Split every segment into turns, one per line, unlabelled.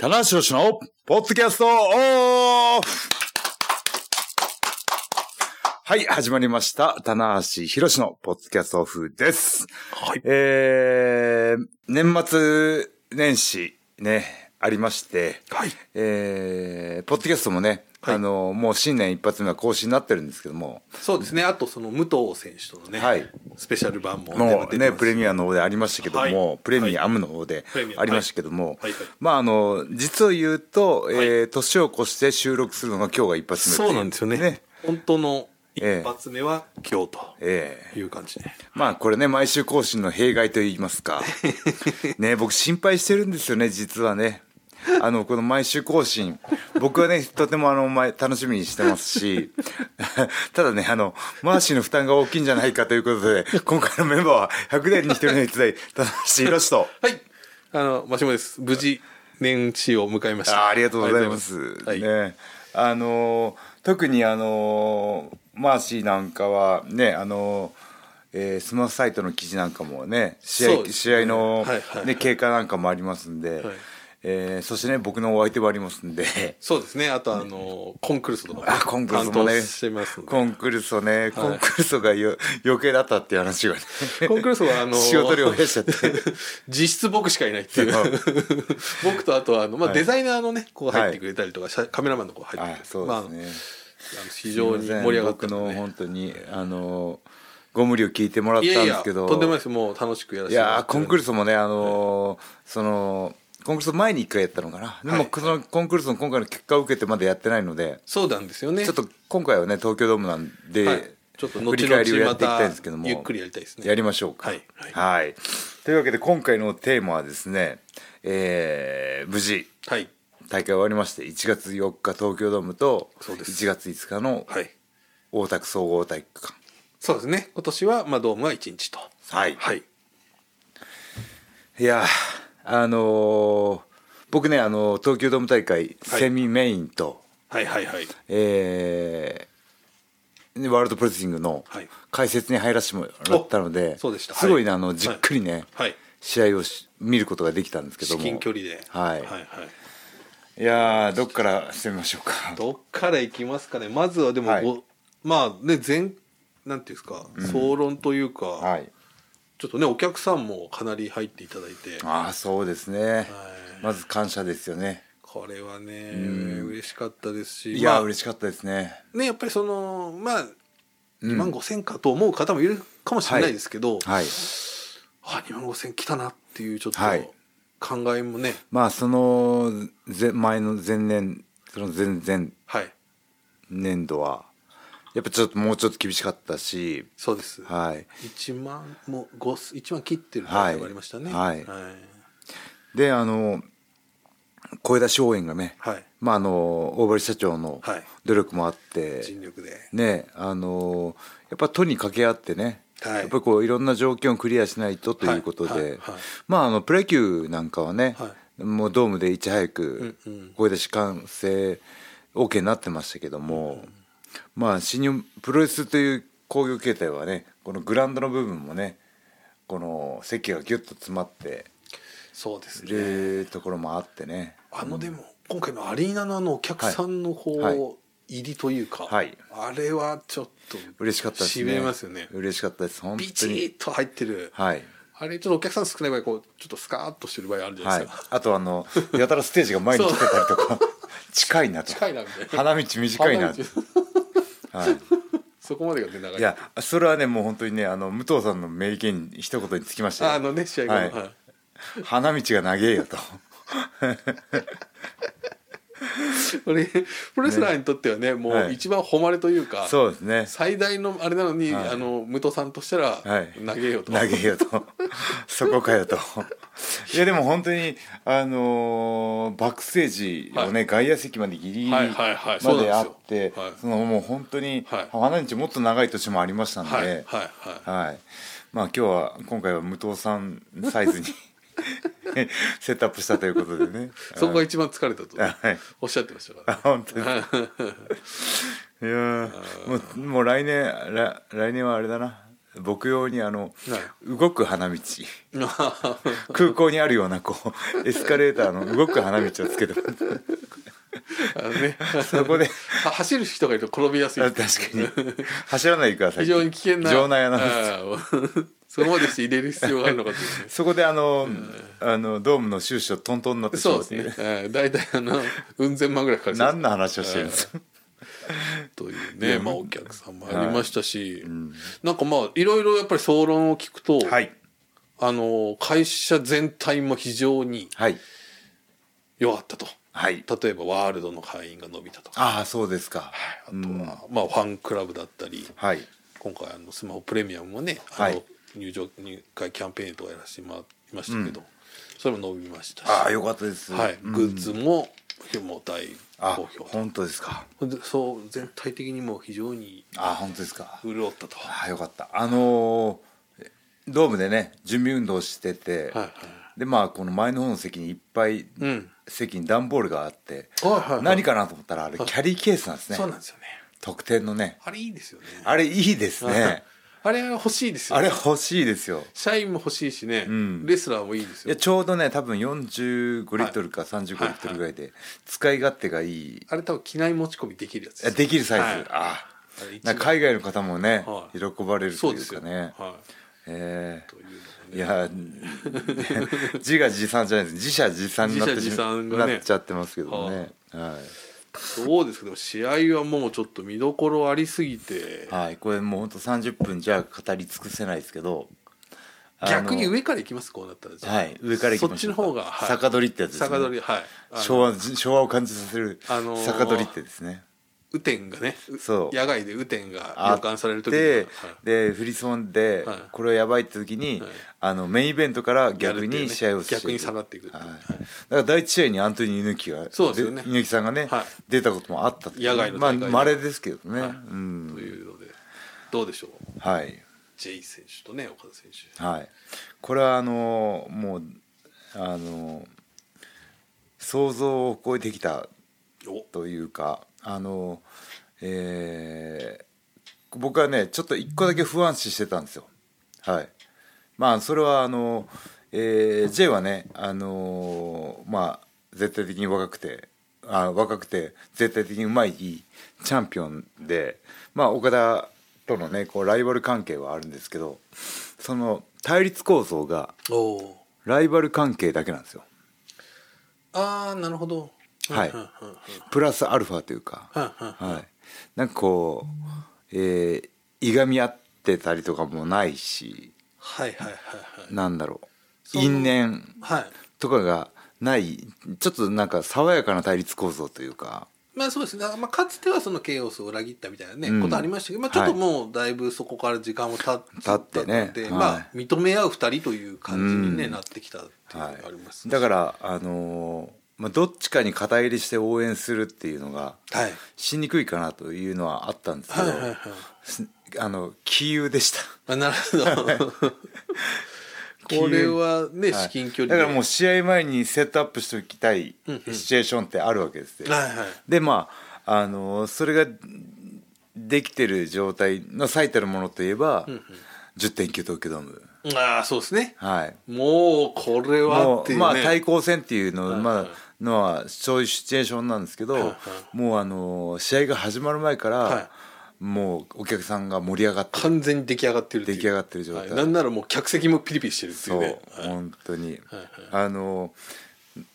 棚橋宏のポッドキャストオフはい、始まりました。棚橋宏のポッドキャストオフです。
はい。
えー、年末年始ね、ありまして、
はい。
えー、ポッドキャストもね、
はい
あの、もう新年一発目は更新になってるんですけども、
そうですね。あとその武藤選手とのね、
はい
スペシャル版も
のね、プレ
ミ
ミアの方でありましたけども、
はい
プレミアムの方で
プレミアム
ありましたけども、
はいはいはい
まああの、実を言うと、えー
は
年を越して収録するのが今日が一発目ってい
そうなんですよね。本当の
ええ
一発目は今日と
ええ
いう感じで。
まあこれね、毎週更新の弊害と言います か。ね、僕心配してるんですよね、実はね。あの、この毎週更新。僕はね、とてもあの、前、楽しみにしてますし。 ただね、あの、マーシーの負担が大きいんじゃないかということで、今回のメンバーは100年に一人の逸材、田橋宏と。
はい。あの、マシモです。無事、年始を迎えました。
あありがとうございます。
ありがとうございますはい。
ね、あのー特にあのーマーシーなんかはねあのーえースマホサイトの記事なんかもね試合
そうです
試
ね
合の、
はいはいはい
ね、経過なんかもありますんで、
はい
えーそしてね僕のお相手もありますんで
そうですね。あと、あの、コンクルスとかも
あコンクルソも
担
ね
当してますので
コンクルソねコンクルソがよ余計だったっていう話がね
コンクルスは、 あの、
仕事量増やしちゃって
実質僕しかいないってい う
そう。
僕と、あと、あの、まあ、
はい
デザイナーのね、こう入ってくれたりとか、カメラマンの子入ってく
あ
れたり
そう
まああ
です
の
ね、
非常に盛り上がっ
す
た
いません僕
ので
の。本当にあのーご無理を聞いてもらった
いや
ん
い
で
や、
すけど
とんでもないです。もう楽しくやら
い
せてもら
や
っ
ー
て
コ
る
ンクルスもねあのーそのコンクルス前に一回やったのかな、で
は
も
い
そのコンクルスの今回の結果を受けてまだやってないので
そうなんですよね。
ちょっと今回はね東京ドームなんで、
はいちょっと後
振
々
り返りをやっていきたいんですけども
またゆっくりやりたいですね
やりましょうか
はいはい
はいというわけで今回のテーマはですね、えー無事
はい。
大会終わりまして1月4日東京ドームと
そうです
1月5日の
はい。
大田区総合体育館
そうですね。今年は、まあ、ドームは1日と。
はい
はい。
いやーあのー僕ね、あのー東京ドーム大会
はい
セミメインと、
はいはいはい。
えーでワールドプレスリングの
はい
解説に入らせてもらったので,、
おそうでした
すごいね、
はい
あのじっくりね、
はいはい
試合をし見ることができたんですけど
至
も
近距離で。
はい、
はいはい。
い、やーどっからしてみましょうか
どっから行きますかね。まずは、でも、
はい
ごまあ、ね、全、なんていうんですか、総論というか、
はい
ちょっとね、お客さんもかなり入っていただいて、
ああそうですね、まず感謝ですよね
これはね、嬉しかったですし、
いやー、
まあ
嬉しかったですね
ね、やっぱりそのまあ2万5,000かと思う方もいるかもしれないですけど、
はい
あ2万5,000来たなっていうちょっと
はい
考えもね
まあそのぜ前の前年その前々
はい、
年度はやっぱちょっともうちょっと厳しかったし
そうです、
はい
一1万もう5 1万切ってる
はい
のがありましたね
はい
はい
であの声出し応援がね、
はい
まああの大堀社長の
はい
努力もあって、
尽力で
ねあのやっぱ都に掛け合ってね、
はい
やっぱりこういろんな条件をクリアしないとということで、
はいはいはい
まああのプロ野球なんかはね、
は
もうドームでいち早く
うんうん
声出し完成 OK になってましたけども、まあ新日本プロレスという工業形態はねこのグラウンドの部分もねこの席がギュッと詰まって
そうですね
るところもあってね。
あのでも、今回のアリーナのあのお客さんの方、
はい
入りというか、
はい
あれはちょっと
嬉しかったですね。
しびれますよね
嬉しかったです。本
ビ
当
チ
に。
ッと入ってる、
はい。
あれちょっとお客さん少ない場合こうちょっとスカーッとしてる場合あるじゃない
は
で
い
すか、。
あとあの、やたらステージが前に来てたりと か、近いなと。
近いなみたいな
花道短いな
花
と
道。
はい。
そこまでが出長い
いや、それはね、もう本当にね、あの、武藤さんの名言に一言につきましたよ
あのね試合後の、
はい
はい
花道が長えよと。
これプロレスラーにとってはねも
は
う
い
一番誉れというか、
そうですね。
最大のあれなのに、
はい
あの武藤さんとしたら、
はい
投げようと
投げよ とそこかよといやでも本当にあのーバックステージをね、外野席までギリギリま
はいはいはいそうなん
で
です
あ
よ
って
はい
そのもう本当に、
はい
花道もっと長い年もありましたんで、
は
は
いはい
い
はい
まあ今日は今回は武藤さんサイズ にセットアップしたということでね
そこが一番疲れたと、
はい
おっしゃってましたから、
あ本 当にいやーもうもう来年ら来年はあれだな僕用にあの
は
動く花道
あー
空港にあるようなこうエスカレーターの動く花道をつけてもらって
あのね
そこで
は走る人がいると転びやすい
あ確かに走らないでください
非常に危険な
場内アナウンス
あーそこまでして入れる必要があるのかと いうね
そこであの,、あのドームの収支をトントンになってしま
そう
う
で
っ
す
てい
ねえー大体あのうん千万ぐらいかかりそう
何の話をしてるんですか
というね、まあ、お客さんもありましたし、なんかまあいろいろやっぱり総論を聞くと、
はい
あの会社全体も非常に
はい
弱ったと
はい
例えばワールドの会員が伸びたとか
ああそうですか
あとは、まあ、ファンクラブだったり
はい
今回あのスマホプレミアムもねあ
は
の
い
入場入会キャンペーンとかやらせてもらいましたけど、それも伸びましたし、
ああよかったです
はい、
うん
グッズももう大
あ
好評
本当ですか
でそう全体的にもう非常に
ああ本当ですか
潤ったと。
ああよかったあのードームでね準備運動してて、
はいはい
でまあこの前の方の席にいっぱい、
うん
席に段ボールがあって、
はいはいはい
何かなと思ったらあれキャリーケースなんですね、
そうなんですよね。
特典のね
あれいいですよね。
あれいいですね
あれは欲しいですよ、
あ
ね。
れ欲しいですよ
社員も欲しいしね、
ん
レスラーもいいです
いや
よ。
ちょうどね多分45リットルか35リットルぐらいで使い勝手がいい
あれ多分機内持ち込みできるやつ
いや
き
できるサイズ、
はい
あ
あれ一
あ
番
海外の方もね、
はい
喜ばれる
そ
と
う
い
で
う
す
か
よ
ね
は
え
い。というのが
えいや
ね。
自画自賛じゃないです自社自賛になってし
自社自賛が
な
ね
っちゃってますけどね、はい
そうですけど試合はもうちょっと見どころありすぎて、
はい、これもうほんと30分じゃ語り尽くせないですけどあの
逆に上から行きますこうなったらじゃあ
はい上からいき
そっ
ま
ち
しょ
の
うか
方が、はい
逆取りってやつですね
逆取りはい。あの
昭和昭和を感じさせる
あのー
逆取りってですね、
雨天がね、
そう
野外で雨天が
あ
予感される時に
で
はい
で振り損んで、
はい
これはやばいって時に、
はい
あのメインイベントから逆
やるっていう
に
ね
試合をしていく
逆に下がっていくって
は
い
い、
うはい
だから第一試合にアントニー猪木が
そうですよね
で猪木さんがね、
はい
出たこともあったっていう
野外の
まあ
大会で
稀ですけどね、
はい
うん
というのでどうでしょう、
はい
ジェイ選手とね岡田選手。
はいこれはあのーもうあのー想像を超えてきた
お
というかあのえー僕はねちょっと一個だけ不安視してたんですよはいまあそれはあの、えー J はねあのまあ絶対的に若くてあ若くて絶対的にうまいチャンピオンでまあ岡田とのねこうライバル関係はあるんですけどその対立構造が
おー
ライバル関係だけなんですよ
ああなるほど。
はい
うんうんうんうん
プラスアルファというか
うんうん
はい、なんかこう、えーいがみ合ってたりとかもないし
はいはいはいはい。
なんだろう
その
因縁
はい。
とかがないちょっとなんか爽やかな対立構造というか
まあそうですね。まあかつてはそのケイオスを裏切ったみたいなね、
うん
ことありましたけど、まあちょっともうだいぶそこから時間も経って
経ってね
経っ
はい
まあ認め合う二人という感じにね、
うん
なってきたっていうのがあります、
だから、あのーまあ、どっちかに肩入りして応援するっていうのが
はい
しにくいかなというのはあったんですけ
はい
ど、
はいはい。
すあの杞憂でした。
あなるほど。これはね、
はい
至近距離
だ
で
からもう試合前にセットアップしておきたいシチュエーションってあるわけですよ、
はいはい。
でまあ、あのそれができてる状態の最たるものといえば、10.9東京ドーム
ああそうですね。
はい
もうこれは
も
っ
う
ていうね。
まあ対抗戦っていうの,、
はい
ま
はい
あのはそういうシチュエーションなんですけど、
はいは
もうあの試合が始まる前から、
は
もうお客さんが盛り上がって
完全に出来上がってるっていう
出来上がってる状態
はいなんならもう客席もピリピリしてるってい
そうう、
ねはい
本当に、
はいはい
あの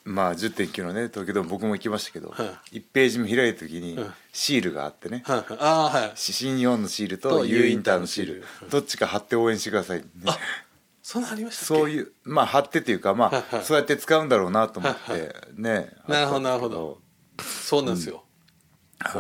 まあ10.9のね東京ドーム僕も行きましたけど、
は
1ページ目開いた時に
はい
シールがあってね、
はいはいああはい
新日本のシール
と
と U インターのシール
U インターのシー
どっちか貼って応援してください、
そんなんありましたっけ
そういうまあ貼ってというかま
はいは
あ
い
そうやって使うんだろうなと思って
はい
ね
なるほど
あったんですけ
なるほそうなんですよ、こ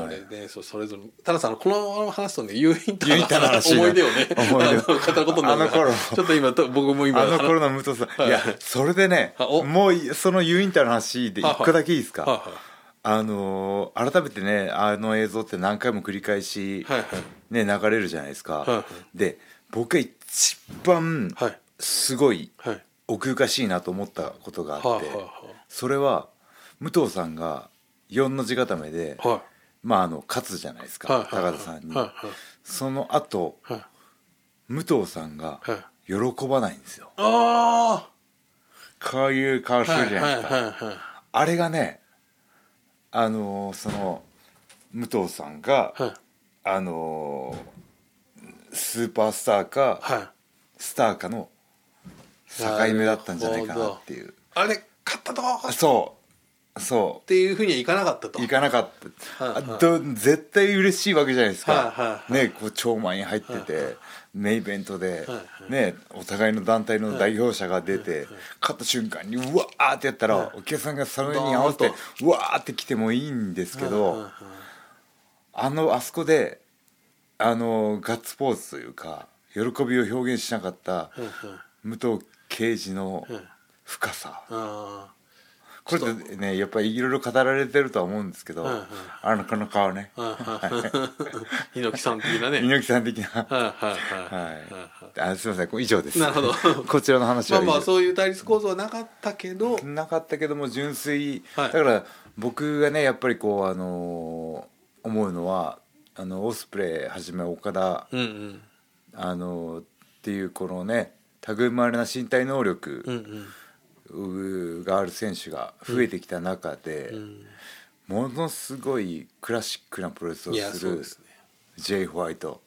はい
れね、そうそれぞれたださんこの話すとね U インタ
U インター
ー
の
の
話
思い出をね
思い出を
あの語ることになるから
あの頃
ちょっと今と僕も今
あの頃の武藤さん、
はい
い、やそれでね
あお
もういその U インターの話で
はい
一
はい
個だけいいですか、
はいは
あのー改めてねあの映像って何回も繰り返し、
はいは
ね、流れるじゃないですか、
いは
で僕が一番
はい
すごい
はいはい
奥ゆかしいなと思ったことがあって、
はいは
それは武藤さんが4の字固めで、
いはい
まああの勝つじゃないですか、
はいはい
高田さんに、
はいはい
その後
はい
武藤さんが
はい
喜ばないんですよ
あ
こういう顔
あ
す
は
る
い
じゃ
は
ない
い
ですか、
はい
あれがねあのーその武藤さんが、
はい
あのースーパースターか、
はい
スターかの境目だったんじゃないかなっていう
あれ勝ったと
あ
っ
そうそ
ていうふうにはいかなかったと
う行かなかった、
はいはい
あど絶対嬉しいわけじゃないですか、
はいはいは
ねこう超満員入ってて、ねイベントで、
いは
ねお互いの団体の代表者が出て、勝った瞬間にうわーってやったら、お客さんがそれに合わせて
ドーン
うわーって来てもいいんですけど、
はいはい
あのあそこであのガッツポーズというか喜びを表現しなかった
はいはいはい
武藤刑事の
はい
深さ
あ
これでねやっぱりいろいろ語られてるとは思うんですけど
はいはい
あのこの顔ね
ーはいはい猪木さん的なね
猪木さん的な
はいはいは
は
い
いあすみませんこれ以上です
なるほど
こちらの話
ま
は
あ
以
まあ
上
そういう対立構造はなかったけどはい
なかったけども純粋
は
だ
い
から僕がねやっぱりこうあのー思うのはあのオスプレイはじめ岡田
うんうん
あのっていうこのね類まれな身体能
うん
力がある選手が増えてきた中で、
うん
ものすごいクラシックなプロレス
う
を
んいや
す
そう
る
ですね
J. ホワイト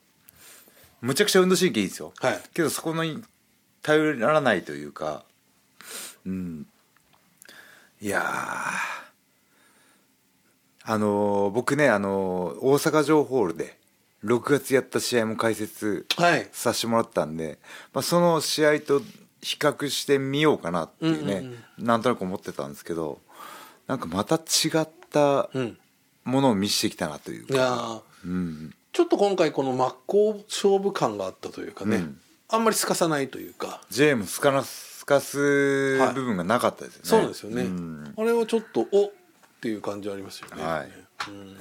むちゃくちゃ運動神経いいですよ、
はい
けどそこに頼らないというかうんいやーあのー僕ね、あのー大阪城ホールで6月やった試合も解説
はい
させてもらったんで、まあ、その試合と比較してみようかなっていうね、
うんうん
なんとなく思ってたんですけどなんかまた違った
うん
ものを見せてきたなという
いや
か、う
ー
ん
ちょっと今回この真っ向勝負感があったというかね、
うん
あんまりすかさないというか
J もすかなすかす
はい
部分がなかったですよね。
そうなんですよね、
ん
あれはちょっとおっていう感じはありますよね、
はい
うん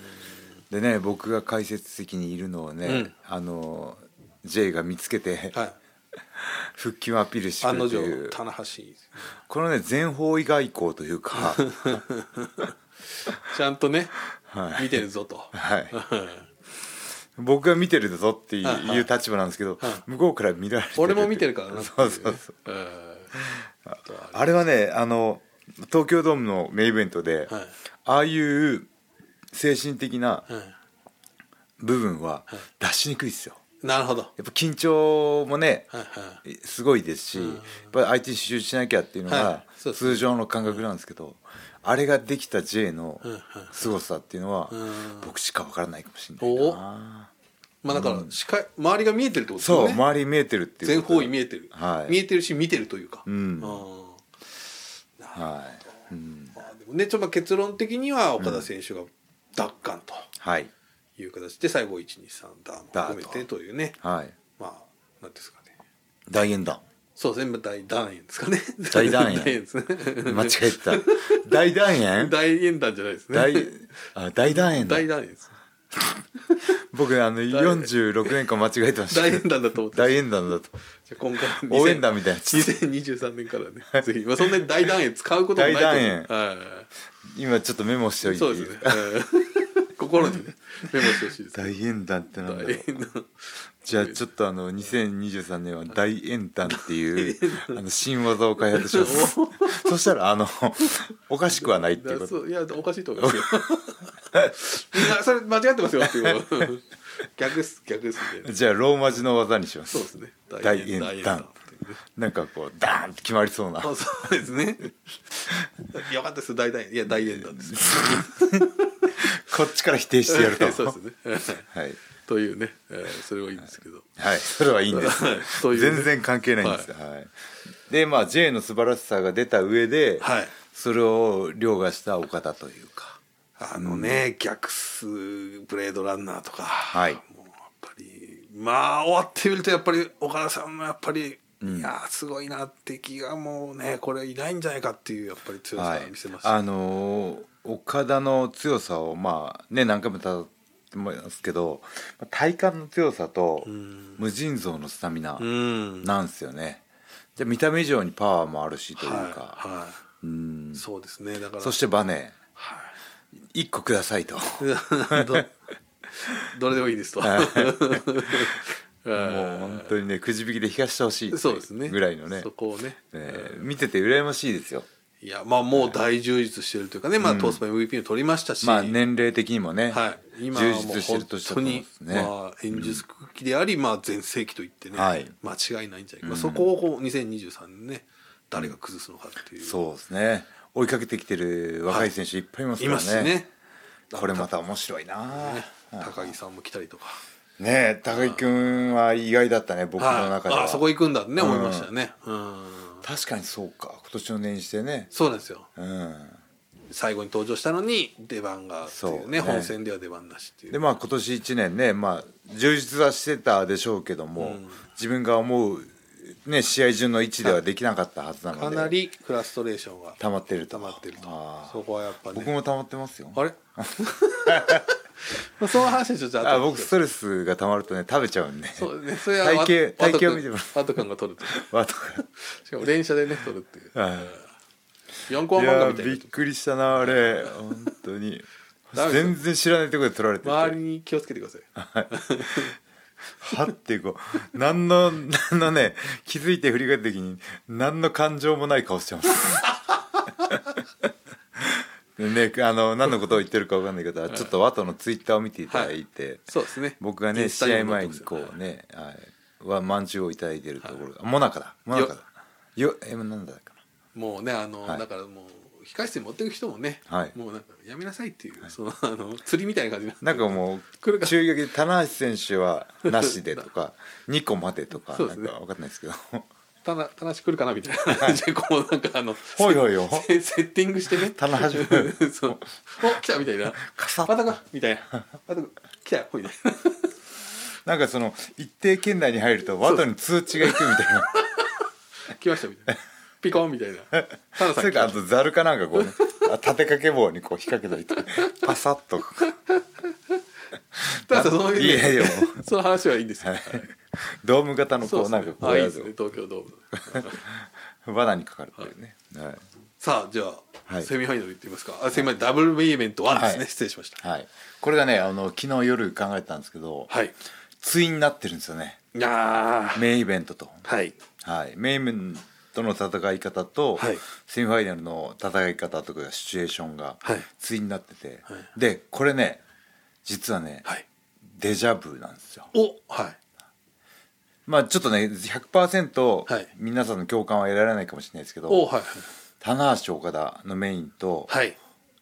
でね僕が解説席にいるのをね、
うん
あの J が見つけて、
はい、
復帰をアピールしてく
案の
ると
定
いう
棚橋チ
このね全方位外交というか
ゃんとね、
はい
見てるぞと
はい僕が見てるぞってい
はいは
う
い
いう立場なんですけど、
はい
向こうから見られて
俺も見てるからなってい
そうそうそう
うねうんあとは
あれはねあの東京ドームのメインイベントで、
はい
ああいう精神的な
あれ
部分は出しにくいですよ
うんなるほど、
やっぱ緊張もね
はいはい
すごいですし、やっぱり相手に集中しなきゃっていうの
は
が
いそうですね
通常の感覚なんですけど、あれができた J の
んうん
凄さっていうのは、
ん
僕しかわからないかもしれないな
まあだから視界周りが見えてるってことです
そう、
よね
周り見えてるっていう
全
こと
方位見えてる、
はい
見えてるし見てるというか、
ん
あー
はい、うん、
まあでもねちょっとまあ結論的には岡田選手が奪還と
はい
いう形で最後123ダーンも含めてというね
はい
まあなんていうんですかね
大演談
そうですね大団円ですかね
大 団円
ですね
間違えた 大団円
大円団じゃないですね
大あ大団円だ
大団円です
僕あの46年間間違えてました
大円団だと思って
大円談だと
じゃあ今回
応援団みたいな
2023年からねぜひまあそんなに大団円使うこともないと思う
大団円
は
今ちょっとメモしておい
い
てい
そ
いう
ですねうん 心にねメモしてほしいです大
大円談 ってなんだろう
円団
じゃあちょっとあの2023年は大円談っていうあの新技を開発しますそしたらあのおかしくはないっていう
だ
こ
そ
と
ういやおかしいと思います よみんなそれ間違ってますよっていう逆っす逆っすみたいな
じゃあローマ字の技にしま
そうですすね
大円
団
談なんかこうダーンって決まりそうな
あそうですねよかったです大団円いや大円団です
こっちから否定してやると
そうですね
はい
というね、えーそれはいいんですけど
はい、それはいいんで
はい
す。
そういうね
全然関係ないんです。はい。で、まあ J の素晴らしさが出た上で、
はい
それを凌駕した岡田というか、
あのね、逆数ブレードランナーとか、
い
もうやっぱりまあ終わってみるとやっぱり岡田さんもやっぱり、いやーすごいなって気がもうねこれいないんじゃないかっていうやっぱり強
は
さ
い
を見せました、
あのー岡田の強さをまあね何回もたってますけど、体幹の強さと
ん
無尽蔵のスタミナ
うん
なんですよね。じゃあ見た目以上にパワーもあるしというか、
はいは
うん
い、。そうですねだから
そしてバネ
は
一個くださいと。
いどどれでもいいですと
もう本当にねくじ引きで引かしてほしい
そうですね
ぐらいのね
そこをね
えー見てて羨ましいですよ
いやまあもう大充実してるというかね、まあ、トースポ MVP も取りましたし、
まあ年齢的にもね、
はい、今は
充
もう
実して
本
る年だと
当
思い
に
ます、ね、
まあ、演術期であり、まあ、全盛期といってね、
はい
間違いないんじゃないか、まあ、そこをこう2023年ね誰が崩すのかっていう、
そうですね追いかけてきてる若い選手いっぱいいます
い
か
ま
ら
すし
ね,、
ね
これまた面白いな
ね高木さんも来たりとか、
ねえ高木君は意外だったね僕の中で
はい、
は、
あそこ行くんだってね、
うん
思いましたよね、うん、
確かにそうか今年の年始でね
そうなんですよ
うん
最後に登場したのに出番がっていう
そう
ね
ね
本戦では出番なしっていう
でまあ今年1年ね、まあ、充実はしてたでしょうけども、自分が思う、ね、試合順の位置ではできなかったはずなので
かなりフラストレーションが
溜まってると
溜まってると
あー
そこはやっぱね
僕も溜まってますよ
あれ まあその話はちょっと後で
あ僕ストレスが溜まるとね食べちゃうんで
そうね、それ
体型体型を見て
も
も
ワト君が取るという
わとか
しかも連射でね取るっていう
はい
4コマ
い
漫画
や
みたい
びっ
な
くりしたなあれ本当に
ダメです
全然知らないところで撮られてて
周りに気をつけてください
はってこう何の何のね気づいて振り返った時に何の感情もない顔 してますでねあの何のことを言ってるか分かんないけど、ちょっとワトのツイッターを見ていただいて、
そうですね
僕がね試合前にこうね、はい、はまんじゅうをいただいてるところが、モナカだモナカだよえなんだか
もうねあの、
はい
だからもう控室に持っていく人もね、
はい
もうなんかやめなさいっていう、そのあの釣りみたいな感じな
ななんかも
来る
う
か
注意書きで棚橋選手はなしでと か2個までとか
そ
な
うんで
か
すね
分かんないですけど
ただ話来るかなみたいな感じでこうなんかあの
ほいほいよ
セセッティングしてね
棚橋
そうお来たみたいな
かさっ
またかみたいなまたか来たよみたいな
なんかその一定圏内に入るとワトに通知が行くみたい な
来ましたみたいなピコンみたい なタ
そ
ナさん
れ
来
か
た
あとザルかなんかこう、ね、あ立てかけ棒にこう引っ掛けとい てパサッと
ただその
いやいやも
その話はいいんですよ、
ドーム型の
そ
こ
うで
う
すね
なんかこ
あ
う
いい
や
で
つ
すね東京ドーム
罠にかかるっていうね、はい
さあじゃあ、
はい
セミファイナルいってみますかあセミファイナルダブルメインイベント1ですね、
はい
失礼しました
はい、これがねあの昨日夜考えたんですけど、
はい
対になってるんですよね
いや
メインイベントと、
ーはい
はい、メインイベントの戦い方と、
はい
セミファイナルの戦い方とかがシチュエーションが
はい
対になってて、
はい
でこれね実はね、
はい
デジャブなんですよ
おはい
まあちょっとね100%、
はい
皆さんの共感は得られないかもしれないですけ
お
ど
はい
棚橋岡田のメインと、
はい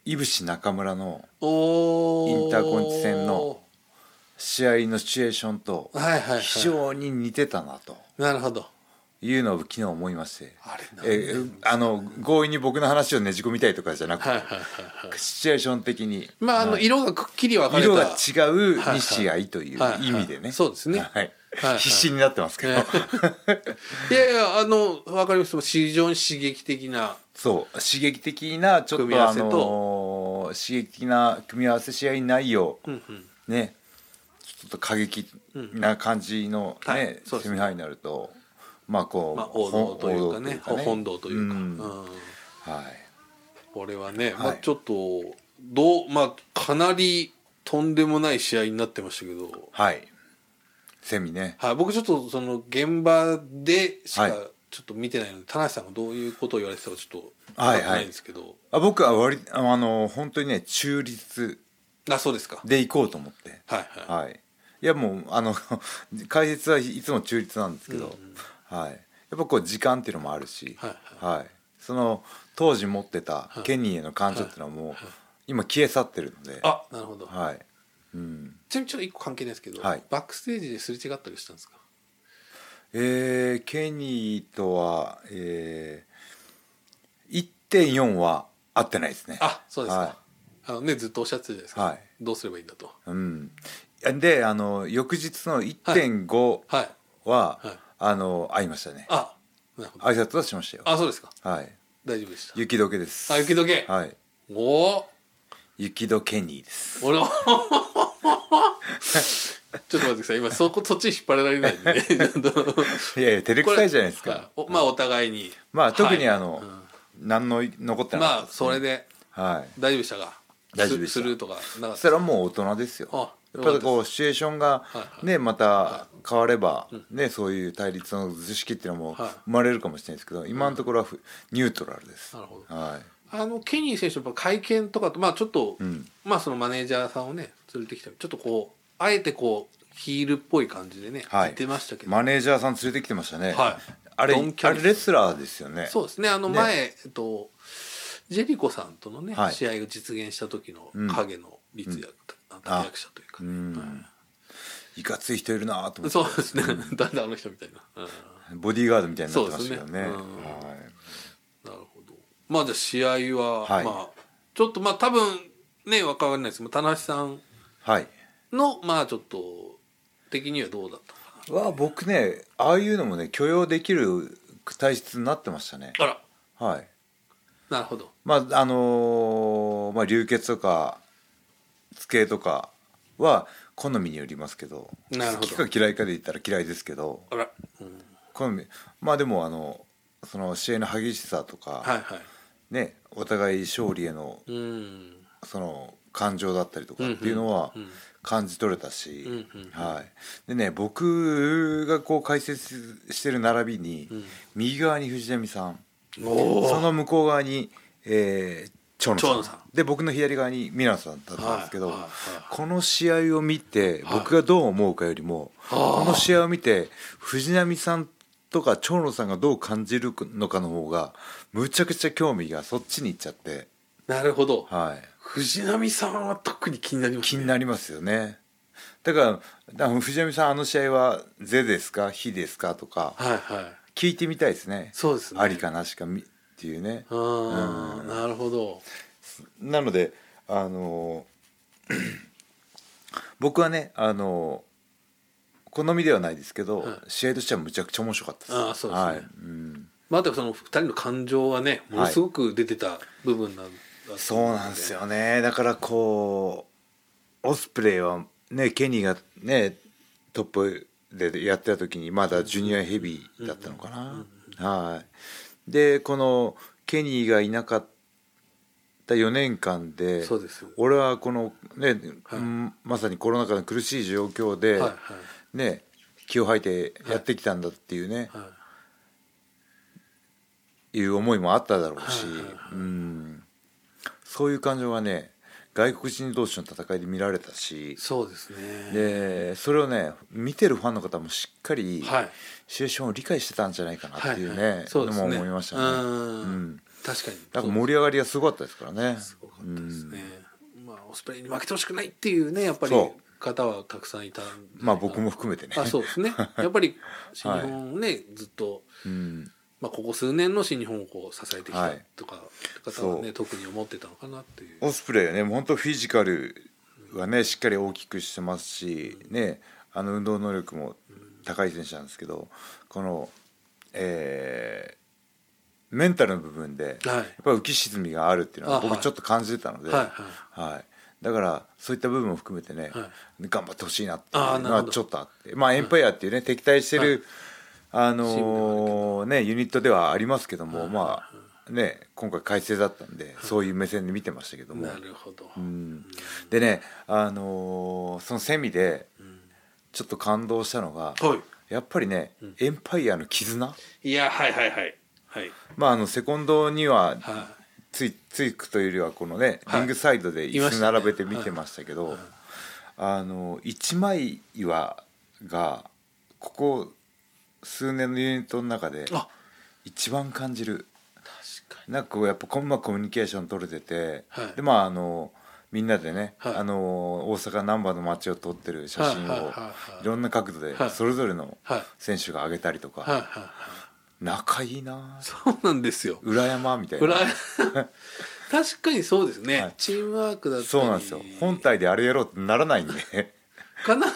いぶし中村の
おー
インターコンチ戦の試合のシチュエーションと
はいはいはい
非常に似てたなと
なるほど
いうのを昨日思いまして
あれなん
えーあの強引に僕の話をねじ込みたいとかじゃなくて、
はいはいはいはい
シチュエーション的に、
まああの色がくっきり分かれた
色が違う2試合という意味で
はいはい
ね
そうですね
はい
はいはい
必死になってますけど、
ねいやいやあの分かります非常に刺激的な
そう刺激的なちょっ
組み合
と
わ
あ
せと
のー刺激的な組み合わせ試合内容、
うんうん
ねちょっと過激な感じのね、
はいそうですね
セミファイナルとまあこう、
まあ、王道というかね
王道というか
本堂というか、
ん
うん
はい
これは
は
ね、
い
まあ、ちょっとどう、まあ、かなりとんでもない試合になってましたけど、
はいセミね
はい、僕ちょっとその現場でし
はい
かちょっと見てないので、田中さんがどういうことを言われてたかちょっと
はい
分かんないんですけど、
あ僕は割あの本当にね中立
あそうですか
で行こうと思って
はいはい
はいいやもうあの 解説はいつも中立なんですけど、はい、やっぱこう時間っていうのもあるし、
はい
はい、その当時持ってたケニーへの感情っていうのはもう今消え去ってるので、
あなるほど、
はいうん、
ちなみにちょっと一個関係ないですけど、
はい
バックステージですれ違ったりしたんですか
えーケニーとは、えー、1.4は合ってないですね。
あそうですか、
はい
あのねずっとおっしゃってたじゃないですか、
はい
どうすればいいんだと
うん、であの翌日の1.5
はい
は、
はい
あの会いましたね
あなるほど
挨拶はしましたよ
あそうですか
はい
大丈夫でした
雪解けです
あ雪解け
はい
おお
雪解けにです
俺は ちょっと待ってください今そこそっちに引っ張られないんで ねちょっと
いやいや照れくさいじゃないです
はい
か
おまあお互いに
まあ特に
はい
あの、何の残ってなか
ま
った
あ
ですね
それで
はい
大丈夫でしたか
大丈夫でした
ススルーとかなか
そ
っ
したたらもう大人ですよ
あ
やっぱりこうシチュエーションがねまた変わればねそういう対立の図式っていうのも
はい
生まれるかもしれないですけど今のところはふニュートラルです。
なるほど
はい
あのケニー選手のやっぱ会見とかとまあちょっと、
ん
まあそのマネージャーさんをね連れてきたりちょっとこうあえてこうヒールっぽい感じでね、
はい
言ってましたけど、
マネージャーさん連れてきてましたね。
はい
あれ
ドンキ
あ
ャリ
れレスラーですよね。
そうですねあの
ね
前、えっとジェリコさんとのね、
はい
試合を実現した時の
うん
影の立役,、立役者というか、
うん
はい
いかつい人いるなと思って
そうですね、 だんだんあの人みたいな、うん
ボディーガードみたいになってましたよ
そう
ね。はい
ですねなるほどまあじゃあ試合は、
はい
まあちょっとまあ多分ねわからないですけど棚橋さん
はい。
のまあちょっと的にはどうだったのか
は僕ねああいうのもね許容できる体質になってましたね。
なあら
はい。
なるほど
まああのーまあ流血とかつけとかは好みによりますけど
なるほ
好
ど
きか嫌いかで言ったら嫌いですけど
あら、うん、
好みまあでもあのその試合の激しさとか、
はいはい
ね、お互い勝利への
うん
その感情だったりとかっていうのは
うんうん
感じ取れたし、
うんうんうん
はい、でね僕がこう解説してる並びに、
ん
右側に藤波さん
おー
その向こう側に、えー長野さん
長野さん
で僕の左側にミラノさんだったんですけど、
はいはいはい
この試合を見て僕がどう思うかよりも、この試合を見て藤波さんとか長野さんがどう感じるのかの方がむちゃくちゃ興味がそっちに行っちゃって、
なるほど、
はい、
藤波さんは特に気になります
気
ね
になりますよねだからだから藤波さんあの試合は「是ですか「非ですかとか
はいはい
聞いてみたいですね
そうですね
ありかなしかみっていうね
ああなるほど
なのであの 僕はねあの好みではないですけど、
は
試合としてはむちゃくちゃ面白かったです。
ああそうですね
はいうん、
まあでもその2人の感情はねものすごく出てた部分なんだと思の
そうなんですよね。だからこうオスプレイはねケニーがねトップでやってた時にまだジュニアヘビーだったのかな。はい。でこのケニーがいなかった4年間で、
そうですは
俺はこのね、
はい
うんまさにコロナ禍の苦しい状況
い
で、
はい
ね気を吐いてやってきたんだっていうね、、
はい
う思いもあっただろうし、
はいはいはい
うんそういう感情がね外国人同士の戦いで見られた
い
し
そうですね
でそれをね見てるファンの方もしっかり
はい
シチュエーションを理解してたんじゃないかな
は
っていうね、
はそうです
の
ね
も思いましたね。
うん
うん
確かに
なんか盛り上がりがすごかったですからね。
すごかったですね、まあオスプレイに負けてほしくないっていうねやっぱり
そ
方はたくさんいたんじゃないかな
まあ僕も含めてね。
あそうですねやっぱ り新日本をね、ずっと、
うん
まあ、ここ数年の新日本をこう支えてきた
はい
とか、方は
そ
ね
う
特に思ってたのかなっていう
オスプレイはねもう本当フィジカルはねしっかり大きくしてますし、ね、あの運動能力も高い選手なんですけどこの、えーメンタルの部分で、
はい
やっぱり浮き沈みがあるっていうのは
あはい
僕ちょっと感じてたので、
はい
はいだからそういった部分も含めてね、
は
頑張ってほしいなっていう
あーな
の
るほ
は
ど
ちょっとあってまあエンパイアっていうね敵対してる、あ
チームではあるけ
のーねユニットではありますけども、まあね今回改正だったんで、そういう目線で見てましたけども。
なるほど、
うんでね、あのーそのセミでちょっと感動したのが、
は
やっぱりね、エンパイアの絆、
いいやはいはいはいはい
まあ、あのセコンドには
は
ついついくというよりはこのね、
はい
リングサイドで
いま
椅
し
子
たね
並べて見てましたけど、あの一枚岩がここ数年のユニットの中で
いあ
一番感じる。
確かに
なんかこうやっぱこんなコミュニケーション取れてて、
はい
でまああのみんなでね、
はい
あの大阪難波の街を撮ってる写真を、
はい
い
はいはいはい
ろんな角度で
はい
それぞれの
はい
選手が上げたりとか、
はいはいはい
仲いいな
そうなんですよ
裏山みたいな
裏確かにそうですね、
はい
チームワークだったり
そうなんですよ本体であれやろうってならないんで
かなだ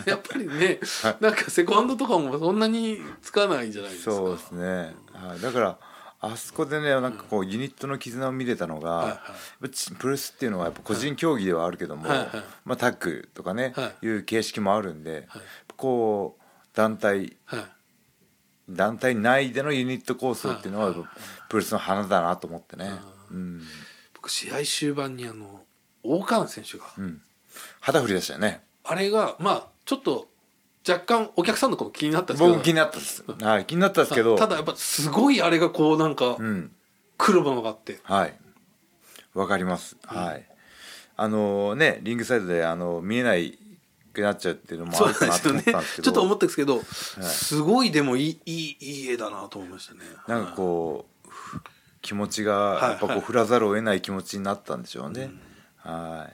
ってやっぱりね、なんかセコンドとかもそんなにつかないじゃないですか
そうですね、はい、だからあそこでねなんかこうユニットの絆を見れたのが、
はい
やっぱちプロレスっていうのはやっぱ個人競技ではあるけども、
はいはい
まあ、タッグとかね、、
はい
う形式もあるんで、
はい
こう団体
はい
団体内でのユニット構想っていうのはプロレスの花だなと思ってね、うん
僕試合終盤にあの王冠選手が、
うん、旗振り出したよね
あれがまあちょっと若干お客さんの子も気になったんですけど
僕気になったです、はい、気になったですけど
ただやっぱすごいあれがこうなんか
うん
来るものがあって、
はいわかります、
ん
はいあのねリングサイドであの見えないくなっちゃうっていうのも
そう
あ
な
る
ん
か
で
なと思ったん
すよね
ですけ
ち
ど
ょっと思ったんですけど、すごいでもいいいいいい絵だなと思いましたね
なんかこう気持ちが
い
やっぱこ
は
う
い
振らざるを得ない気持ちになったんでしょうね。は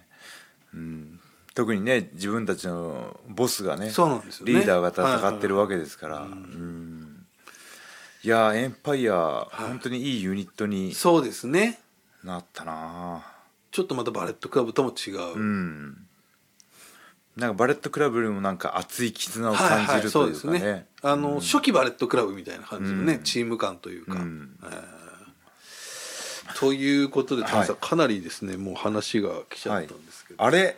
い、うん、特にね自分たちのボスがね
そうなんですよね
リーダーが戦ってるわけですから、うんいやーエンパイア、本当にいいユニットに
そうですね
なったな
ちょっとまたバレットクラブとも違う、
うんなんかバレットクラブよりもなんか熱い絆を
はいは
感
い
じる
そ
と
う
い
で
う
す
かね,、
ねあの、初期バレットクラブみたいな感じのね、チーム感というか、
ん
えーということで、
い
田中さんかなりですねもう話が来ちゃ
は
っ
い
たんですけど、
あれ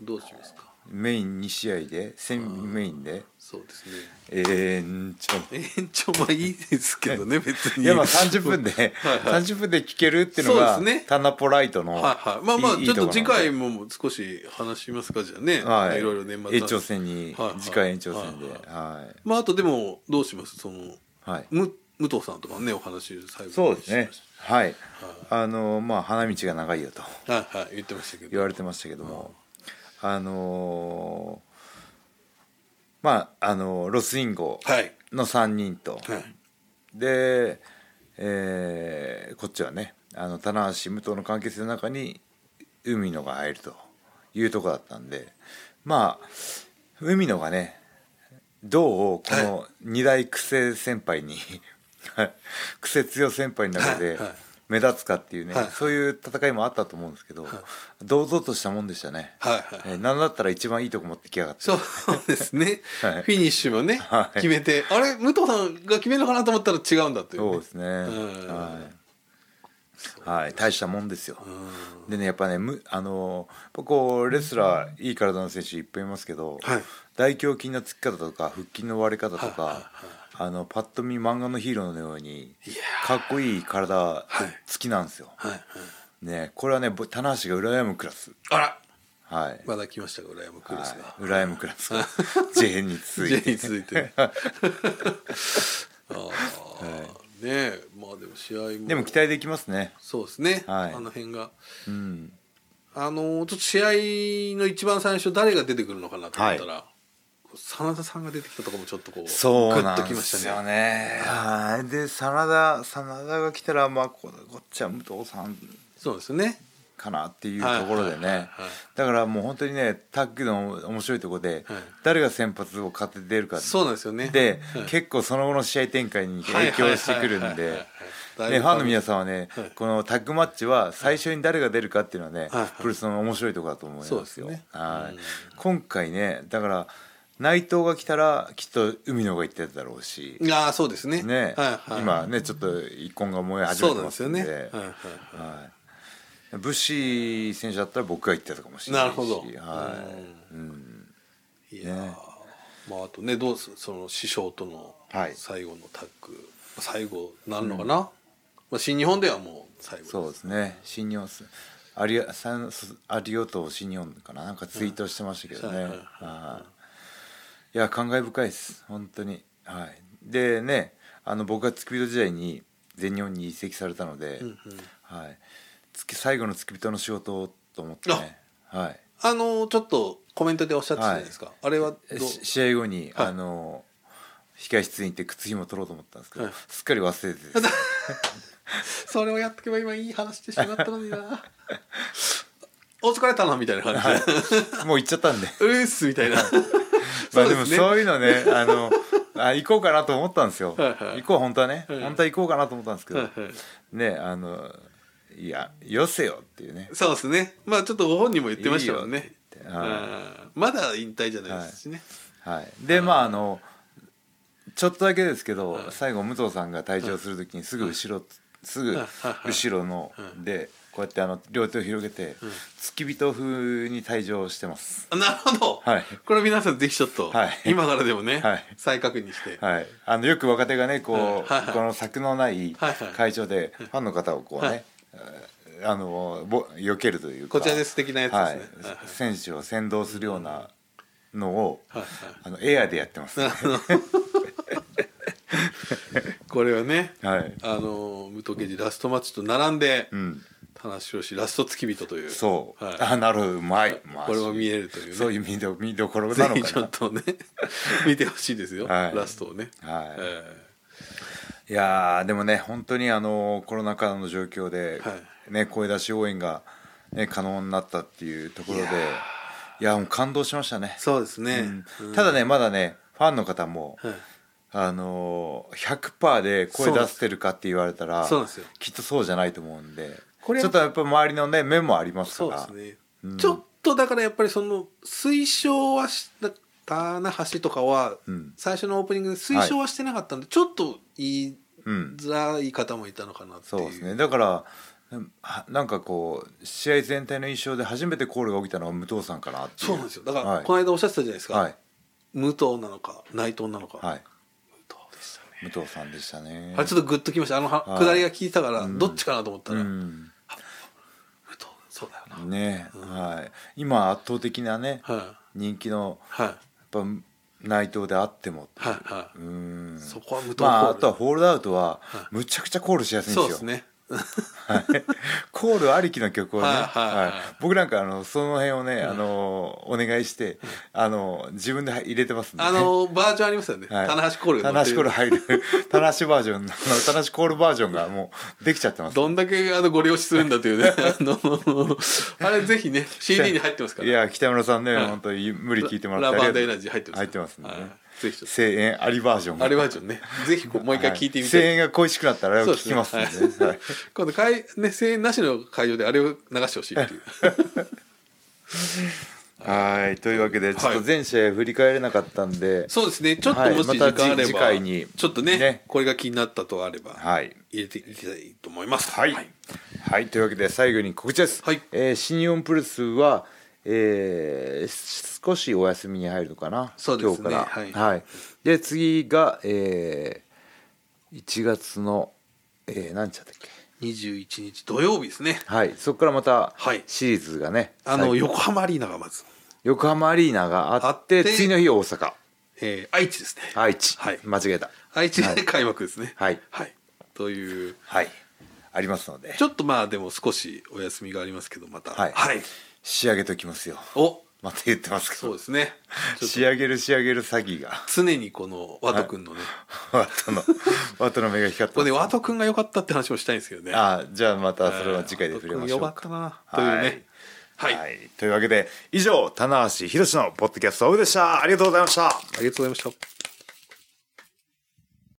どうしますか
メイン2試合でセミメインで
そうですね
えー、んちょっと
延長はいいですけどね別に
いやまあ30分 で
はいはい
30分で聞けるっていうのが
そうですね
タナポライトの
はいはい、まあまあ
いいい
ちょっ
い
と
こ
次
ろ
回ももう少し話しますかじゃあ
な
ね、
んではい
いろいろ年末
延長戦に
はいはい
次回延長戦で
はい
は
まああとでもどうしますその
いはい
む武藤さんとかねお話最後に
そうですね
し
はいあのまあ花道が長いよと
ましたはいはい言ってましたけど
言われてましたけどもあのーまああのロスインゴ
はい
の3人と
はい
でえーこっちはねあの棚橋武藤の関係性の中に海野が入るというとこだったんでまあ海野がねどうこの二大癖先輩に 癖強先輩の中で
はいはい
目立つかっていうね、
はい
そういう戦いもあったと思うんですけど、堂々としたもんでしたね、
はいはい
えーなんだったら一番いいとこ持ってきやがって
そうですね、
はい
フィニッシュもね、
はい
決めてあれ武藤さんが決めるのかなと思ったら違うんだというね、
そうですね、
ん
はい、はい、大したもんですよ、でねやっぱねむあのやっぱこうレスラーいい体の選手いっぱいいますけど、
はい
大胸筋のつき方とか腹筋の割れ方とか、
はいはいはい
あのパッと見漫画のヒーローのように
いや
かっこいい体
い
つきなんですよ、
はいはい、
ねこれはねぼ棚橋が羨むクラス
あら
はい、
まだ来ましたが羨むクラスが、
はい羨むクラス が J に続い
J に
て
続い てああ、ねえまあでも試合も
でも期待できますね
そうですね、
はい
あの辺が
うん
あのーちょっと試合の一番最初誰が出てくるのかなと思ったら、真田さんが出てきたとこもちょっとこう
そう
グ
な
ッと
ん
き
で
ました
す
ね
よね。はいで真田真田が来たらまあここっちは武藤さん
そうですね
かなっていうところで
はいはいはいはい
ねだからもう本当にねタッグの面白いところで、
はい
誰が先発を勝って出るか
そうなんですよね
で、
はい
結構その後の試合展開に影響してくる
は
ん
いはいはいはい
で
は。い
ね、ファンの皆さんはね、
はい
このタッグマッチは最初に誰が出るかっていうのはね、
はい
プルスの面白いところだと思いますよ。
そうですよね
はい
うん
今回ねだから内藤が来たらきっと海野が行ってただろうし、
ああそうですね
ね、
はいはい、
今ねちょっと一婚が燃え始
そ
め
う
て
なん
ま
です
す
よ
ん
ね
で
はいはい
はい、ブッシー選手だったら僕が言ってたかもしれないし
なるほど
はい
いやーまああとねどうすその師匠との
はい
最後のタッグ、最後なるのかな、まあ、新日本ではもう最後
そうですね新日本すありさんすありがとう新日本かななんかツイートしてましたけどね、
うんはいはいはい
はい、いや感慨深いです本当にはいでねあの僕が付き人時代に全日本に移籍されたので、はい、月最後の付き人の仕事をと思ってねはい
あのーちょっとコメントでおっしゃってたじゃないですか、あれはどう
し試合後に、
はい
あの控室に行って靴紐取ろうと思ったんですけど、
はい
すっかり忘れてて
それをやっとけば今いい話してしまったのにな お疲れたなみたいな感じで、
もう行っちゃったんで
うーっすみたいな
まあ
そう
で
で
も
すね
そういうのねあ のあ行こうかなと思ったんですよ、
はいはい
行こう本当はね、
はい
本当は行こうかなと思ったんですけど、
はいはい
ねあのいやよせよっていうね
そうですねまあちょっとご本人も言ってましたもんね
いいよって言ってはい
あーまだ引退じゃないですしね、
はい、でまああのちょっとだけですけど最後武藤さんが退場する時にすぐ後ろすぐ
はい
後ろのでこうやってあの両手を広げて付き人風に退場してます
あなるほど、
はい
これ皆さんぜひちょっと、
はい
今からでもね、
はい
再確認して、
はい、あのよく若手がねこう、
はいはい
この柵のない
はいはい
会場でファンの方をこうね、
はい
あのぼ避けるというか
こちらです的なやつですねはいは
はい、選手を先導するようなのを、
はいはい
あのエアでやってます、
これはね、
はい
あの無時計でラストマッチと並んで、
うん、
棚橋宏ラスト付き人という
そう、
はい、
あなるほどうまい、まあ
これも見えるというね
そういう見ど見どころ
ぜ
なの
ひち
か
ょっとね 見てほしいですよ、
はい
ラストをね、
な、はい
え
いやーでもね本当にあのコロナ禍の状況で、
は
ね、声出し応援が、ね、可能になったっていうところでい
い
や
や
もう感動しましたね
ー、そうですね、
うん
うん
ただねまだねファンの方も、
はい
あのー、100%で声出してるかって言われたら
そうなんですよ
きっとそうじゃないと思うんで
これ
ちょっとやっぱ周りのね目もあります
そう
か
で
ら
すね、
うん
ちょっとだからやっぱりその推奨はした棚橋とかは、
うん
最初のオープニングで推奨はしてなかったんで、ちょっと言い
うん
づらい方もいたのかなってい
そううですねだからうんはなんかこう試合全体の印象で初めてコールが起きたのは武藤さんかなっていう
そうなんですよだから、
はい
この間おっしゃってたじゃないですか、
はい
武藤なのか内藤なのか、
はい
武藤でしたね
武藤さんでしたね
あれちょっとグッときましたあのは
はい
下りが効いたから、どっちかなと思ったら、
うん
武藤そうだよな、
ね、はい今圧倒的なね、
はい、
人気の
はい
やっぱ内藤であっても
はいは
う
い、
ん
そこは武藤コール
まああとはホールドアウトはむちゃくちゃコールしやすいんですよ
そうですね
はいコールありきの曲をね、
はいはいはい
僕なんかあのその辺をね、あのお願いしてあの自分で入れてますんで、ね、
あのバージョンありますよね、
はい
棚橋コールが
棚
乗って
橋
る
コール入る 棚橋バージョンの棚橋コールバージョンがもうできちゃってます
どんだけあのご利用しするんだ というねあのあれぜひね CD に入ってますから
いや北村さんね、
はい
本当に無理聞いてもらって
ララ
あ
バ
り
ーエ
が
ナ
とう
ジー入ってます
入ってますんでね
はいぜひちょっ
声援ありバージョン
とあれバージョンねぜひこうもう一回聞いてみ
は声
て、
援が恋しくなったらあれを聞きますんで,、ね
そうですねはい今度かい、ね、声援なしの会場であれを流してほしいっていう
はい、というわけでちょっと全試合振り返れなかったんで
そうですねちょっと
はい
もし時間あ
ま
れば、
た次次回に
ちょっとね
ね
これが気になったとあれば、
はい
入れていきたいと思います
はい、はいというわけで最後に告知です、
はい
えー新日本プロレスは、えー少しお休みに入るのかな
そうですね
今日から
はい
で次が、えー1月の、えー、何ちゃったっけ
21日土曜日ですね
はいそこからまた
はい
シリーズがね、
あの
最後
横浜アリーナがまず、
横浜アリーナがあって
あって
次の日大阪
えー愛知ですね
愛知、
はい
間違えた
愛知
はい
で開幕ですね
はい
という
はいありますので
ちょっとまあでも少しお休みがありますけどまた
はい仕上げときますよ
お
また言ってますけ
そう
ど
で すねちょっと
仕上げる仕上げる詐欺が
常にこのワト君のね、
ワトのワトの目が光って
こ
ま
れ
す
ねワト君が良かったって話もしたいんですけどね
ああじゃあまたそれは次回で触れましょう
ワト君良かったなというね
は、
はいい、
はいというわけで以上棚橋宏のポッドキャストオブでしたありがとうございました
ありがとうございました